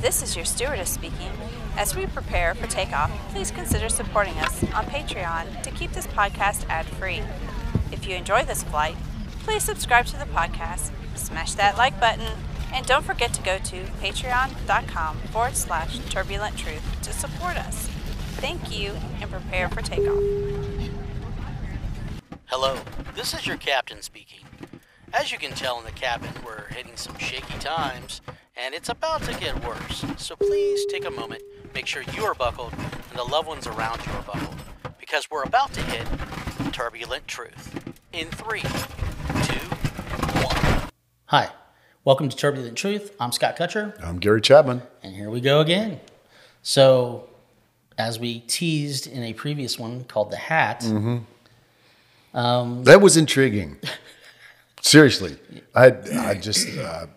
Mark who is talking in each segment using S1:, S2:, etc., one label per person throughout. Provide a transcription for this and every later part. S1: This is your stewardess speaking. As we prepare for takeoff, please consider supporting us on Patreon to keep this podcast ad free. If you enjoy this flight, please subscribe to the podcast, smash that like button, and don't forget to go to patreon.com forward slash turbulent truth to support us. Thank you and prepare for takeoff.
S2: Hello, this is your captain speaking. As you can tell in the cabin, we're hitting some shaky times, and it's about to get worse. So please take a moment, make sure you are buckled, and the loved ones around you are buckled, because we're about to hit turbulent truth. In three, two, one. Hi, welcome to Turbulent Truth. I'm Scott Kutcher.
S3: I'm Gary Chapman.
S2: And here we go again. So, as we teased in a previous one called The Hat,
S3: That was intriguing. Seriously, I I just uh,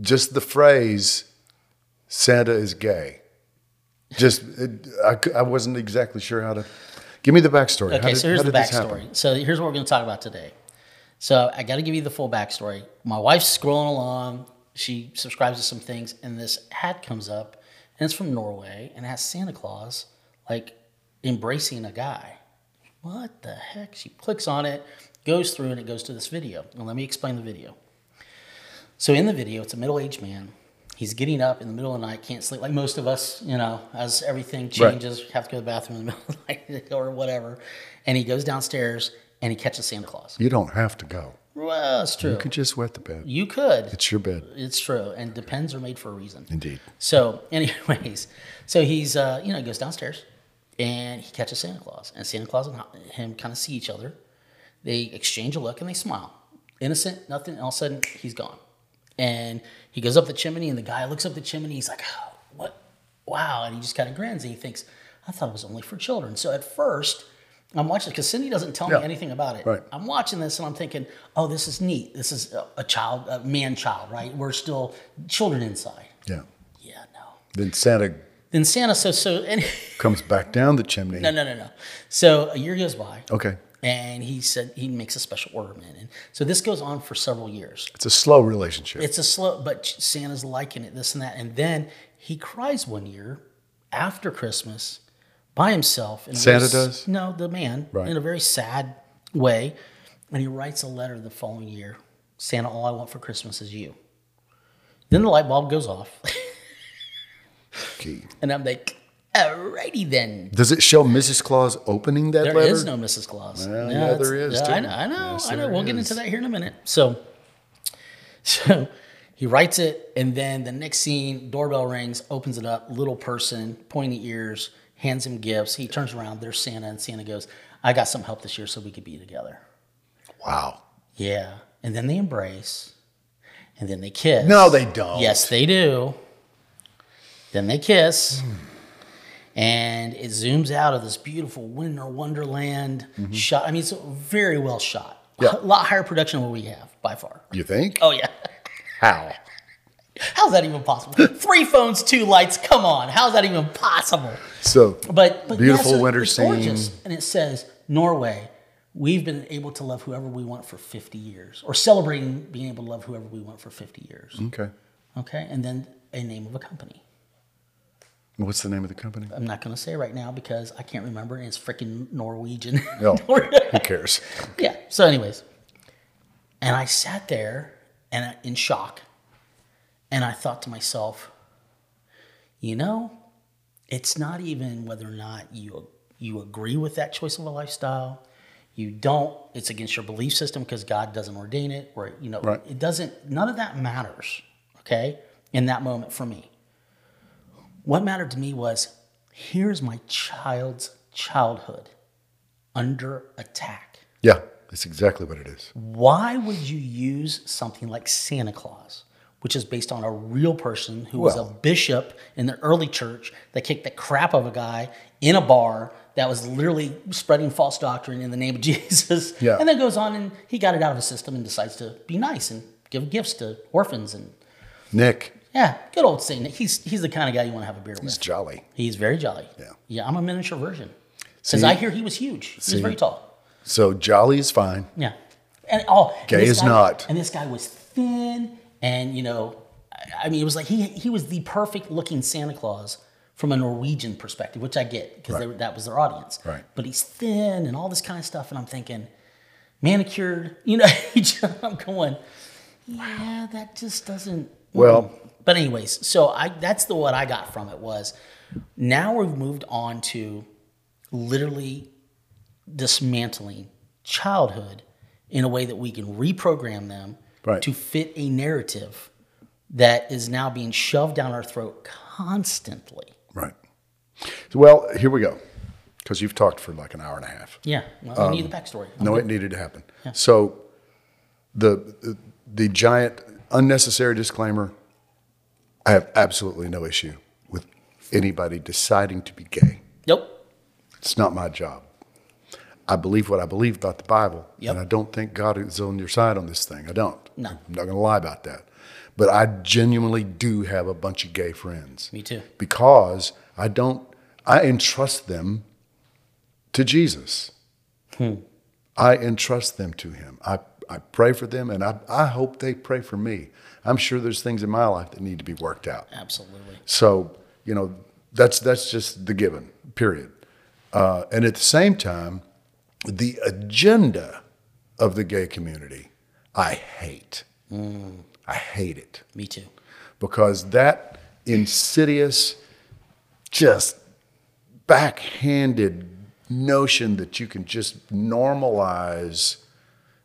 S3: just the phrase "Santa is gay." Just it, I, cou- I wasn't exactly sure how to. Give me the backstory. How
S2: Okay,
S3: did-
S2: so here's
S3: how
S2: the
S3: did this happen?
S2: backstory. So here's what we're going to talk about today. So I got to give you the full backstory. My wife's scrolling along. She subscribes to some things, and this hat comes up, and it's from Norway, and it has Santa Claus like embracing a guy. What the heck? She clicks on it, goes through, and it goes to this video. And let me explain the video. So in the video, it's a middle-aged man. He's getting up in the middle of the night, can't sleep like most of us, you know, as everything changes, have to go to the bathroom in the middle of the night or whatever. And he goes downstairs and he catches Santa Claus.
S3: You don't have to go.
S2: Well, it's true.
S3: You could just wet the bed.
S2: You could.
S3: It's your bed.
S2: It's true. And depends are made for a reason.
S3: Indeed.
S2: So, anyways, so he's uh, you know he goes downstairs and he catches Santa Claus, and Santa Claus and h- him kind of see each other. They exchange a look and they smile, innocent, nothing. And all of a sudden, he's gone, and he goes up the chimney, and the guy looks up the chimney. He's like, oh, "What? Wow!" And he just kind of grins and he thinks, "I thought it was only for children." So at first. I'm watching because Cindy doesn't tell
S3: Yeah.
S2: me anything about it.
S3: Right.
S2: I'm watching this and I'm thinking, oh, this is neat. This is a, a child, a man child, right? We're still children inside.
S3: Yeah.
S2: Yeah, no.
S3: Then Santa
S2: Then Santa, so so, and
S3: comes back down the chimney.
S2: no, no, no, no. So a year goes by,
S3: Okay,
S2: and he said he makes a special order, man. And so this goes on for several years.
S3: it's a slow relationship.
S2: It's a slow, but Santa's liking it, this and that, and then he cries one year after Christmas by himself. In a
S3: Santa
S2: very s-
S3: does?
S2: No, the man
S3: Right.
S2: in a very sad way, and he writes a letter the following year. Santa, all I want for Christmas is you. Then the light bulb goes off,
S3: Key.
S2: and I'm like, alrighty then.
S3: Does it show Mrs. Claus opening that
S2: There is
S3: letter?
S2: no Mrs. Claus.
S3: Well,
S2: No,
S3: yeah,
S2: that's-
S3: there is,
S2: yeah, I
S3: too.
S2: know. I know.
S3: Yes,
S2: I know.
S3: there
S2: We'll get into
S3: is.
S2: that here in a minute. So, so he writes it, and then the next scene, doorbell rings, opens it up, little person, pointy ears, hands him gifts. He turns around, there's Santa, and Santa goes, "I got some help this year, so we could be together."
S3: Wow.
S2: Yeah, and then they embrace, and then they kiss.
S3: No, they don't.
S2: Yes, they do. Then they kiss. And it zooms out of this beautiful winter wonderland shot. I mean, it's very well shot.
S3: Mm-hmm. Yeah.
S2: A lot higher production than what we have by far.
S3: You think?
S2: Oh, yeah.
S3: How?
S2: How's that even possible? Three phones, two lights. Come on. How's that even possible?
S3: So
S2: But, but
S3: Beautiful
S2: yeah, so
S3: winter
S2: it's
S3: scene.
S2: And it says, Norway, we've been able to love whoever we want for 50 years, or celebrating being able to love whoever we want for 50 years.
S3: okay.
S2: Okay. And then a name of a company.
S3: What's the name of the company?
S2: I'm not going to say right now because I can't remember. And it's freaking Norwegian.
S3: No. Who cares?
S2: yeah. So, anyways, and I sat there and I, in shock, and I thought to myself, you know, it's not even whether or not you you agree with that choice of a lifestyle. You don't. It's against your belief system because God doesn't ordain it, or you know,
S3: Right.
S2: it doesn't. None of that matters. Okay, in that moment for me, what mattered to me was here's my child's childhood under attack
S3: Yeah, that's exactly what it is.
S2: why would you use something like Santa Claus, which is based on a real person who was a
S3: Well-
S2: bishop in the early church that kicked the crap of a guy in a bar that was literally spreading false doctrine in the name of Jesus?
S3: Yeah.
S2: And then goes on and he got it out of his system and decides to be nice and give gifts to orphans and
S3: Nick,
S2: yeah, good old Saint. Nick. He's he's the kind of guy you want to have a beer
S3: he's
S2: with.
S3: jolly.
S2: He's very jolly.
S3: Yeah.
S2: Yeah, I'm a miniature version. Because
S3: See?
S2: I hear he was huge. He was
S3: See?
S2: very tall.
S3: So jolly is fine.
S2: Yeah. And oh, and
S3: Gay
S2: this
S3: is
S2: guy-
S3: not.
S2: And this guy was thin, and you know, I mean, it was like he he was the perfect looking Santa Claus from a Norwegian perspective, which I get because
S3: Right.
S2: that was their audience.
S3: Right.
S2: But he's thin and all this kind of stuff, and I'm thinking, manicured. You know, I'm going, yeah, that just doesn't.
S3: Well-
S2: but anyways, so I that's the what I got from it was. Now we've moved on to literally dismantling childhood in a way that we can reprogram them
S3: Right.
S2: to fit a narrative that is now being shoved down our throat constantly.
S3: Right. Well, here we go. Because you've talked for like an hour and a half.
S2: Yeah. Well, I need the backstory.
S3: Um, No, it needed to happen. So the, the giant unnecessary disclaimer. I have absolutely no issue with anybody deciding to be gay.
S2: Nope.
S3: It's not my job. I believe what I believe about the Bible,
S2: Yep.
S3: and I don't think God is on your side on this thing. I don't.
S2: No.
S3: I'm not going to lie about that. But I genuinely do have a bunch of gay friends
S2: Me too.
S3: because I don't I entrust them to Jesus.
S2: Hmm.
S3: I entrust them to him. I, I pray for them and I, I hope they pray for me. I'm sure there's things in my life that need to be worked out.
S2: Absolutely.
S3: So, you know, that's that's just the given, period. Uh, and at the same time, the agenda of the gay community, I hate. I hate it
S2: Me too.
S3: because that insidious, just backhanded notion that you can just normalize,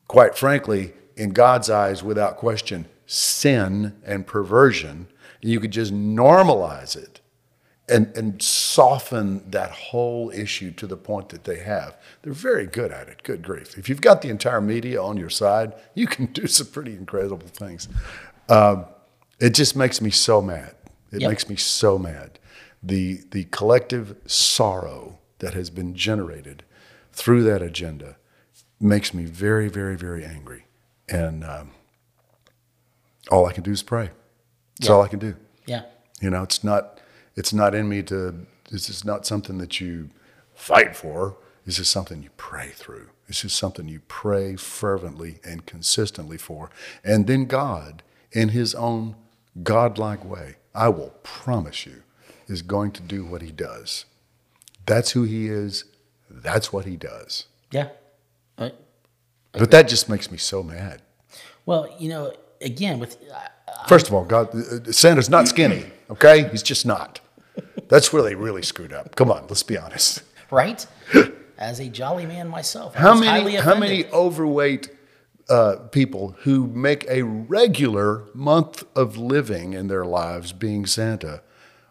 S3: quite frankly, in God's eyes without question, sin and perversion, and you could just normalize it and, and soften that whole issue to the point that they have. They're very good at it. Good grief. If you've got the entire media on your side, you can do some pretty incredible things. Um, it just makes me so mad. It
S2: Yep.
S3: makes me so mad. The, the collective sorrow that has been generated through that agenda makes me very, very, very angry. And um, all I can do is pray. That's all I can do.
S2: Yeah.
S3: You know, it's not it's not in me to this is not something that you fight for. This is something you pray through. This is something you pray fervently and consistently for. And then God, in his own godlike way, I will promise you, is going to do what he does. That's who he is. That's what he does.
S2: Yeah. All right.
S3: But that just makes me so mad.
S2: Well, you know, again, with I-
S3: First of all, God, uh, Santa's not skinny, okay? He's just not. That's where they really screwed up. Come on, let's be honest.
S2: right as a jolly man myself, I
S3: How
S2: was
S3: many
S2: highly
S3: how many
S2: offended.
S3: overweight uh, people who make a regular month of living in their lives being Santa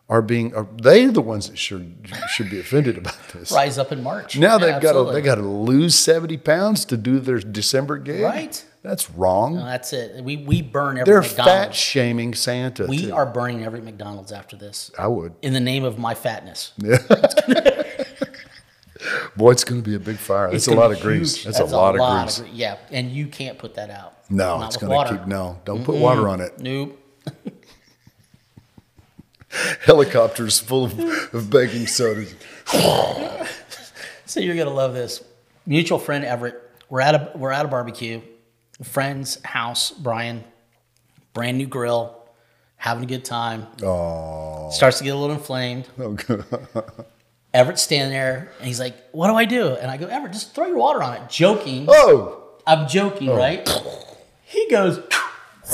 S3: are being are they the ones that should should be offended about this?
S2: rise up in March? Yeah,
S3: Now they've got to
S2: absolutely.
S3: they got to lose seventy pounds to do their December gig.
S2: Right. Oh,
S3: That's wrong.
S2: Well, That's it. We we burn every
S3: They're fat
S2: McDonald's.
S3: shaming Santa.
S2: we
S3: too.
S2: are burning every McDonald's after this
S3: I would.
S2: in the name of my fatness.
S3: Boy, it's going to be a big fire. That's a lot of grease. That's, a lot, of grease.
S2: gre- yeah, and you can't put that out.
S3: No,
S2: Not
S3: it's
S2: with
S3: going to
S2: water.
S3: keep. No, don't put water on it.
S2: Nope.
S3: Helicopters full of, of baking soda.
S2: So you're gonna love this. Mutual friend Everett. We're at a we're at a barbecue. Friend's house, Brian. Brand new grill. Having a good time. Oh. Starts to get a little inflamed.
S3: Oh, God.
S2: Everett's standing there and he's like, What do I do? And I go, Everett, just throw your water on it. Joking.
S3: Oh,
S2: I'm joking, right? He goes,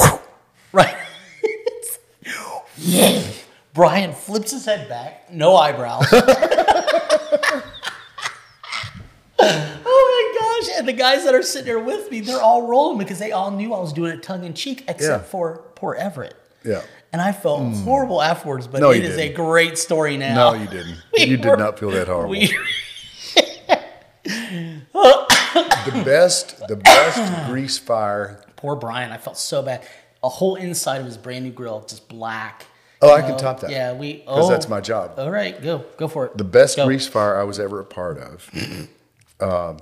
S2: right. Brian flips his head back, no eyebrows. oh my gosh. And the guys that are sitting there with me, they're all rolling because they all knew I was doing it tongue in cheek, except
S3: Yeah.
S2: for poor Everett.
S3: yeah.
S2: And I felt horrible afterwards, but
S3: No,
S2: it
S3: you
S2: is a
S3: didn't.
S2: great story now.
S3: No, you didn't.
S2: We
S3: you
S2: were-
S3: did not feel that horrible.
S2: We-
S3: the best, the best grease fire.
S2: Poor Brian, I felt so bad. A whole inside of his brand new grill, just black.
S3: Oh, I
S2: know?
S3: can top that.
S2: Yeah, we.
S3: because
S2: oh,
S3: that's my job.
S2: All right, go go for it.
S3: the best
S2: go.
S3: grease fire I was ever a part of. um,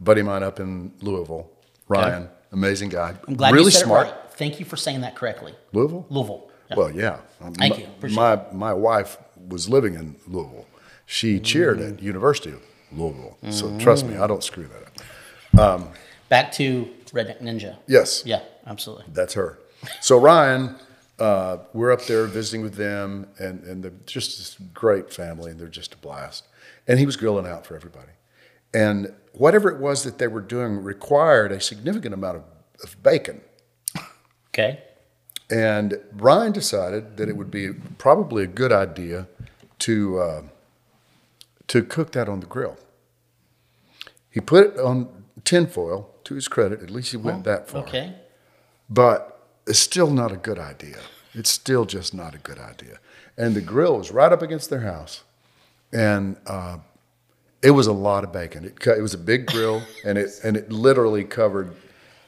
S3: buddy of mine up in Louisville, Ryan, amazing guy.
S2: I'm glad
S3: really
S2: you said
S3: smart.
S2: it right. Thank you for saying that correctly.
S3: Louisville.
S2: Louisville. Yeah.
S3: Well, yeah.
S2: Thank
S3: my,
S2: you. Appreciate
S3: My my wife was living in Louisville. She cheered
S2: Mm.
S3: at University of Louisville. So trust me, I don't screw that up.
S2: Back to Redneck Ninja.
S3: Yes.
S2: Yeah, absolutely.
S3: That's her. So Ryan uh, we're up there visiting with them, and, and they're just this great family, and they're just a blast. And he was grilling out for everybody. And whatever it was that they were doing required a significant amount of, of bacon.
S2: Okay.
S3: And Brian decided that it would be probably a good idea to, uh, to cook that on the grill. He put it on tinfoil, to his credit, at least he went that far.
S2: Okay.
S3: But it's still not a good idea. It's still just not a good idea. And the grill was right up against their house. And uh, it was a lot of bacon. It, co- it was a big grill, and it, and it literally covered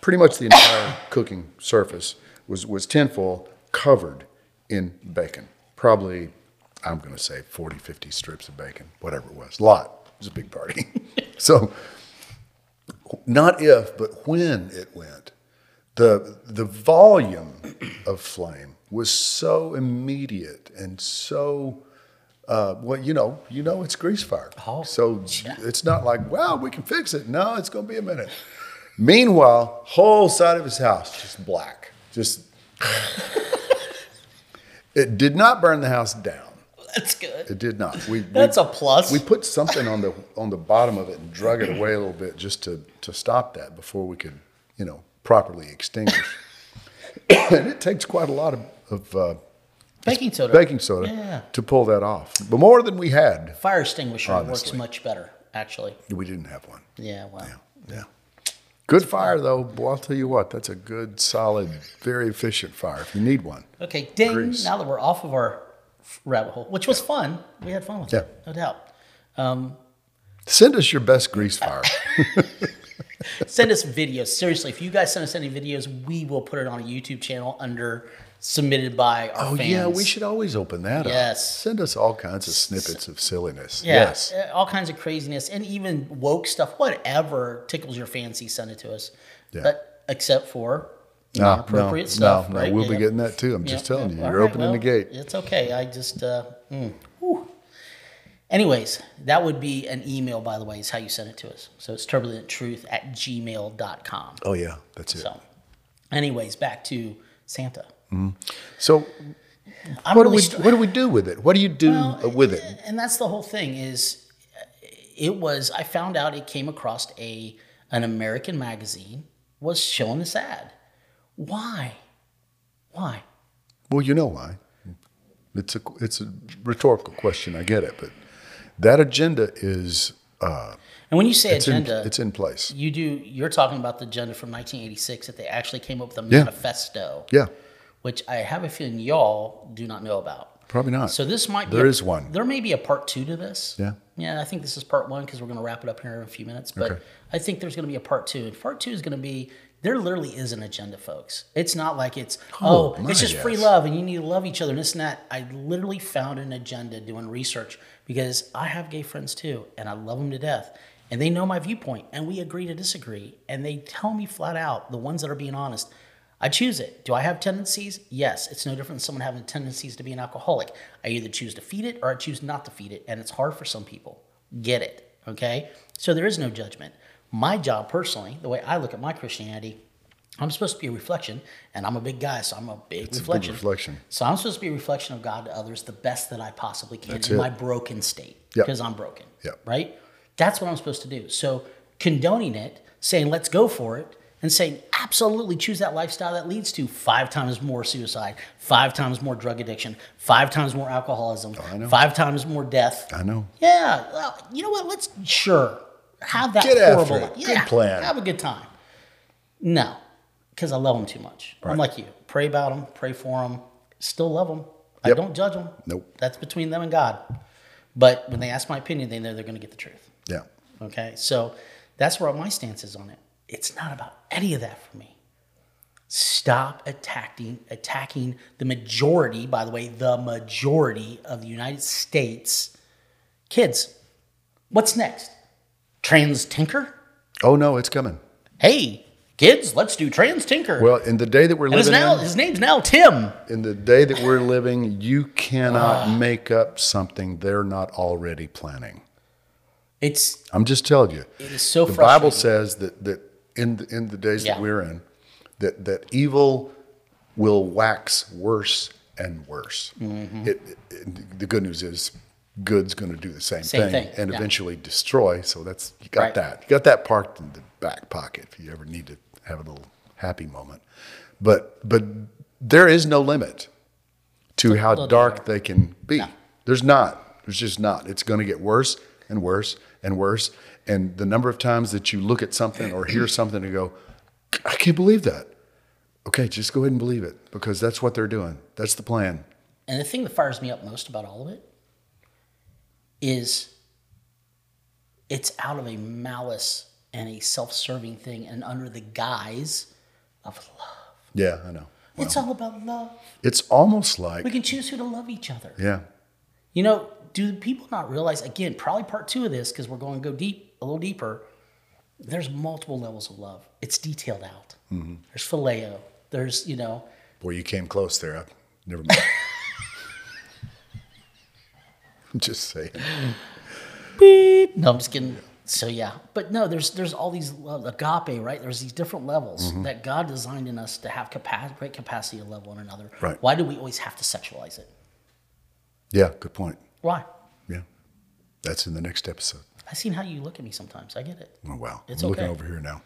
S3: pretty much the entire cooking surface was, was tinfoil covered in bacon. Probably, I'm going to say 40, 50 strips of bacon, whatever it was. lot. It was a big party. so not if, but when it went, the the volume of flame was so immediate and so uh, well, you know, you know it's grease fire.
S2: Oh,
S3: so it's not like, wow, we can fix it. No, it's gonna be a minute. Meanwhile, whole side of his house just black. Just it did not burn the house down.
S2: That's good.
S3: It did not. We, we-
S2: That's a plus.
S3: We put something on the on the bottom of it and drug it away a little bit just to to stop that before we could, you know, properly extinguish. and it takes quite a lot of, of uh,
S2: Baking soda.
S3: baking soda
S2: Yeah.
S3: to pull that off, but more than we had.
S2: Fire extinguisher works
S3: Honestly.
S2: much better, actually.
S3: We didn't have one.
S2: Yeah, wow.
S3: Yeah. Good fire though. Boy, I'll tell you what, that's a good, solid, very efficient fire if you need one.
S2: Okay, ding.
S3: Grease.
S2: Now that we're off of our rabbit hole, which was fun. We had fun with it, no
S3: Yeah.
S2: doubt.
S3: Send us your best grease fire.
S2: send us videos. Seriously, if you guys send us any videos, we will put it on a YouTube channel under submitted by our
S3: Oh
S2: fans.
S3: yeah, we should always open that up.
S2: Yes.
S3: Send us all kinds of snippets of silliness.
S2: Yeah,
S3: Yes.
S2: uh, all kinds of craziness and even woke stuff. Whatever tickles your fancy, send it to us.
S3: Yeah.
S2: But except for
S3: No,
S2: appropriate
S3: no,
S2: stuff.
S3: No, no,
S2: right?
S3: we'll
S2: Yeah.
S3: be getting that too. I'm just
S2: Yeah,
S3: telling you,
S2: yeah.
S3: you're
S2: All right,
S3: opening the
S2: well,
S3: gate.
S2: It's okay. I just. Uh, mm, whew. Anyways, that would be an email, by the way, is how you send it to us. So it's turbulenttruth at gmail.com.
S3: Oh yeah, that's it.
S2: So, anyways, back to Santa.
S3: So,
S2: I'm
S3: what do
S2: really
S3: we
S2: str-
S3: what do we do with it? What do you do
S2: Well,
S3: with it?
S2: And that's the whole thing is uh, it was I found out it came across a an American magazine was showing this ad. Why? Why?
S3: Well, you know why. It's a it's a rhetorical question. I get it, but that agenda is uh,
S2: And when you say
S3: it's
S2: agenda,
S3: in it's in place.
S2: you do you're talking about the agenda from 1986 that they actually came up with a
S3: Yeah.
S2: manifesto,
S3: Yeah,
S2: which I have a feeling y'all do not know about.
S3: probably not.
S2: So this might be
S3: There
S2: a-
S3: is one.
S2: There may be a part two to this.
S3: Yeah.
S2: Yeah, I think this is part one because we're going to wrap it up here in a few minutes. But
S3: Okay.
S2: I think there's going to be a part two, and part two is going to be there. Literally is an agenda, folks. It's not like it's oh,
S3: Oh,
S2: it's
S3: my,
S2: just free
S3: yes.
S2: love and you need to love each other and this and that. I literally found an agenda doing research because I have gay friends too, and I love them to death. And they know my viewpoint, and we agree to disagree. And they tell me flat out the ones that are being honest. I choose it. Do I have tendencies? Yes. It's no different than someone having tendencies to be an alcoholic. I either choose to feed it or I choose not to feed it. And it's hard for some people. Get it. Okay? So there is no judgment. My job personally, the way I look at my Christianity, I'm supposed to be a reflection, and I'm a big guy, so I'm a big
S3: a big
S2: reflection.
S3: reflection.
S2: So I'm supposed to be a reflection of God to others the best that I possibly can in
S3: it.
S2: my broken state
S3: Yep.
S2: because I'm broken.
S3: Yep.
S2: Right? That's what I'm supposed to do. So condoning it, saying, let's go for it, and saying, absolutely choose that lifestyle that leads to five times more suicide, five times more drug addiction, five times more alcoholism,
S3: know.
S2: five times more death.
S3: I know.
S2: Yeah. Well, you know what? Let's sure have that
S3: Get after
S2: horrible.
S3: it.
S2: Yeah,
S3: Good plan.
S2: Have a good time. No, because I love them too much. I'm
S3: Right.
S2: like you. Pray about them. Pray for them. Still love them. I
S3: Yep.
S2: don't judge them.
S3: Nope.
S2: That's between them and God. But when they ask my opinion, they know they're going to get the truth.
S3: Yeah,
S2: Okay. So that's where my stance is on it. It's not about any of that for me. Stop attacking attacking the majority, by the way, the majority of the United States kids. What's next? Trans tinker?
S3: Oh no, it's coming.
S2: Hey, kids, let's do trans tinker.
S3: Well, in the day that we're
S2: and his,
S3: living
S2: now,
S3: in,
S2: his name's now Tim.
S3: in the day that we're living, you cannot make up something they're not already planning.
S2: It's
S3: I'm just telling you.
S2: it is so
S3: the
S2: frustrating.
S3: Bible says that that in the, in the days
S2: Yeah.
S3: that we're in, that that evil will wax worse and worse.
S2: Mm-hmm.
S3: It, it- the good news is good's going to do the same,
S2: Same thing,
S3: and
S2: yeah.
S3: eventually destroy. So that's you got
S2: Right.
S3: that. You got that parked in the back pocket if you ever need to have a little happy moment. But but there is no limit to how dark they can be. There's not. There's just not. It's going to get worse and worse and worse. And the number of times that you look at something or hear something and go, I can't believe that. Okay, just go ahead and believe it because that's what they're doing. That's the plan.
S2: And the thing that fires me up most about all of it is it's out of a malice and a self serving thing and under the guise of love.
S3: Yeah, I know.
S2: It's all about love.
S3: It's almost
S2: We
S3: like,
S2: can choose who to love each other.
S3: yeah,
S2: You know, do people not realize, again, probably part two of this, because we're going to go deep, a little deeper. There's multiple levels of love. It's detailed out. There's phileo. There's, you know,
S3: boy, you came close there. I, never mind. I'm just saying.
S2: beep. No, I'm just kidding. So yeah, but no, there's there's all these love, agape, right? There's these different levels
S3: Mm-hmm.
S2: that God designed in us to have capacity, great capacity to love one another.
S3: Right.
S2: Why do we always have to sexualize it?
S3: Yeah, good point.
S2: Why?
S3: Yeah. That's in the next episode.
S2: I seen how you look at me sometimes. I get it.
S3: Oh, wow.
S2: It's
S3: I'm looking
S2: okay.
S3: over here now.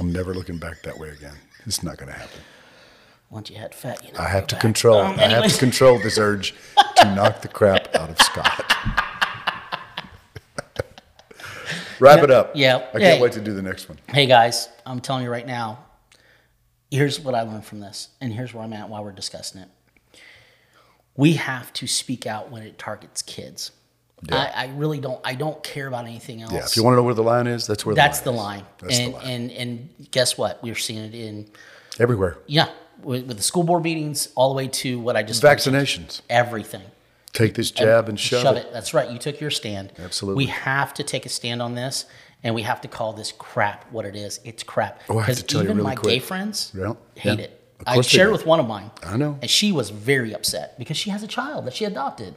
S3: I'm never looking back that way again. It's not going to happen.
S2: Once you had fat, you know.
S3: I have to
S2: back.
S3: control.
S2: Um,
S3: I have
S2: anyways.
S3: to control this urge to knock the crap out of Scott. Wrap it up.
S2: yeah,
S3: I can't
S2: yeah.
S3: wait to do the next one.
S2: Hey guys, I'm telling you right now. Here's what I learned from this, and here's where I'm at while we're discussing it. We have to speak out when it targets kids. I, I really don't. I don't care about anything else.
S3: Yeah. If you want to know where the line is, that's where
S2: That's
S3: the
S2: the
S3: line.
S2: line.
S3: is. That's
S2: and,
S3: the line.
S2: and and guess what? We're seeing it in
S3: Everywhere.
S2: yeah, with, with the school board meetings all the way to what I just mentioned.
S3: Vaccinations.
S2: everything.
S3: Take this jab and shove, it.
S2: That's right. You took your stand.
S3: Absolutely.
S2: We have to take a stand on this and we have to call this crap what it is. It's crap.
S3: Oh, I have
S2: 'Cause
S3: to tell you
S2: even
S3: really
S2: my
S3: quick.
S2: gay friends
S3: Yeah,
S2: hate
S3: yeah.
S2: it.
S3: Of
S2: I
S3: course they
S2: shared
S3: do.
S2: with one of mine.
S3: I know.
S2: And she was very upset because she has a child that she adopted.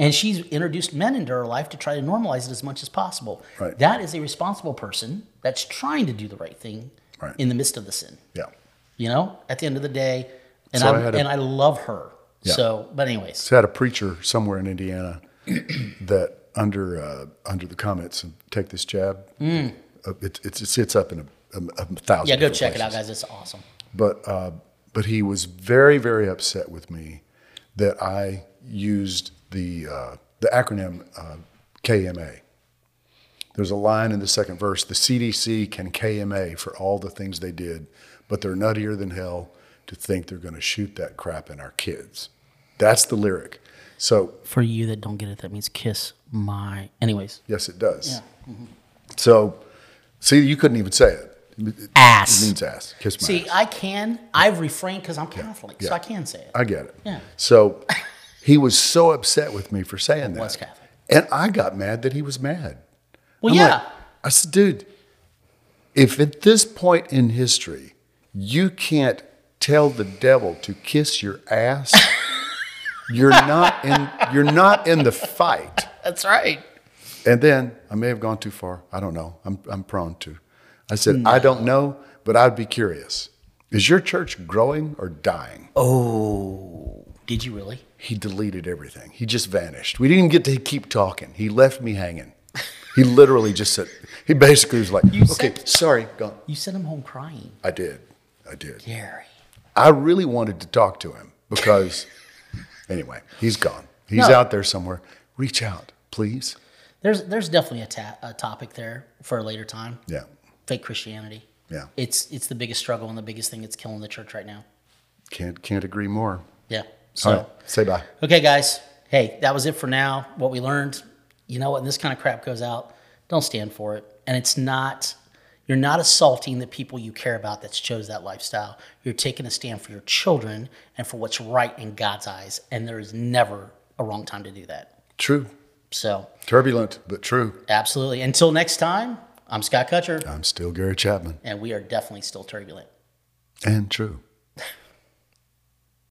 S2: And she's introduced men into her life to try to normalize it as much as possible.
S3: Right.
S2: That is a responsible person that's trying to do the right thing
S3: Right.
S2: in the midst of the sin.
S3: Yeah.
S2: You know, at the end of the day, and
S3: So I
S2: I'm,
S3: had a-
S2: and I love her.
S3: Yeah.
S2: So, but anyways,
S3: So I had a preacher somewhere in Indiana that under uh, under the comments and take this jab. Uh, it, it, it sits up in a, a, a thousand.
S2: Mm. yeah, go
S3: different
S2: check it out,
S3: places.
S2: guys. It's awesome.
S3: but uh, but he was very very upset with me that I used the uh, the acronym uh, KMA. There's a line in the second verse: the CDC can KMA for all the things they did, but they're nuttier than hell to think they're going to shoot that crap in our kids. That's the lyric. So
S2: For you that don't get it, that means kiss my. Anyways,
S3: yes, it does. So see, you couldn't even say it. It-
S2: Ass.
S3: It means ass. Kiss my
S2: see,
S3: ass.
S2: I can. I've refrained because I'm Catholic, so
S3: yeah.
S2: I can say it.
S3: I get it.
S2: Yeah.
S3: So he was so upset with me for saying that.
S2: was Catholic.
S3: And I got mad that he was mad.
S2: well,
S3: I'm
S2: yeah.
S3: like- I said, dude, if at this point in history you can't tell the devil to kiss your ass, you're not in you're not in the fight.
S2: that's right.
S3: And then I may have gone too far. I don't know. I'm, I'm prone to. I said, I don't know, but I'd be curious. Is your church growing or dying?
S2: Oh, did you really?
S3: he deleted everything. He just vanished. We didn't even get to keep talking. He left me hanging. He literally just said, he basically was like, okay,
S2: said-
S3: sorry, gone.
S2: You sent him home crying,
S3: I did. I did.
S2: Gary.
S3: I really wanted to talk to him because, anyway, he's gone. He's
S2: No.
S3: out there somewhere. Reach out, please.
S2: There's there's definitely a, ta- a topic there for a later time.
S3: Yeah.
S2: Fake Christianity.
S3: Yeah.
S2: It's it's the biggest struggle and the biggest thing that's killing the church right now.
S3: Can't, can't agree more.
S2: Yeah. So.
S3: All right. Say bye.
S2: Okay, guys. Hey, that was it for now. What we learned, you know what? When this kind of crap goes out, don't stand for it. And it's not, you're not assaulting the people you care about that chose that lifestyle. You're taking a stand for your children and for what's right in God's eyes. And there is never a wrong time to do that.
S3: True.
S2: So,
S3: Turbulent, but true.
S2: absolutely. Until next time, I'm Scott Kutcher,
S3: I'm still Gary Chapman
S2: and we are definitely still turbulent.
S3: and true.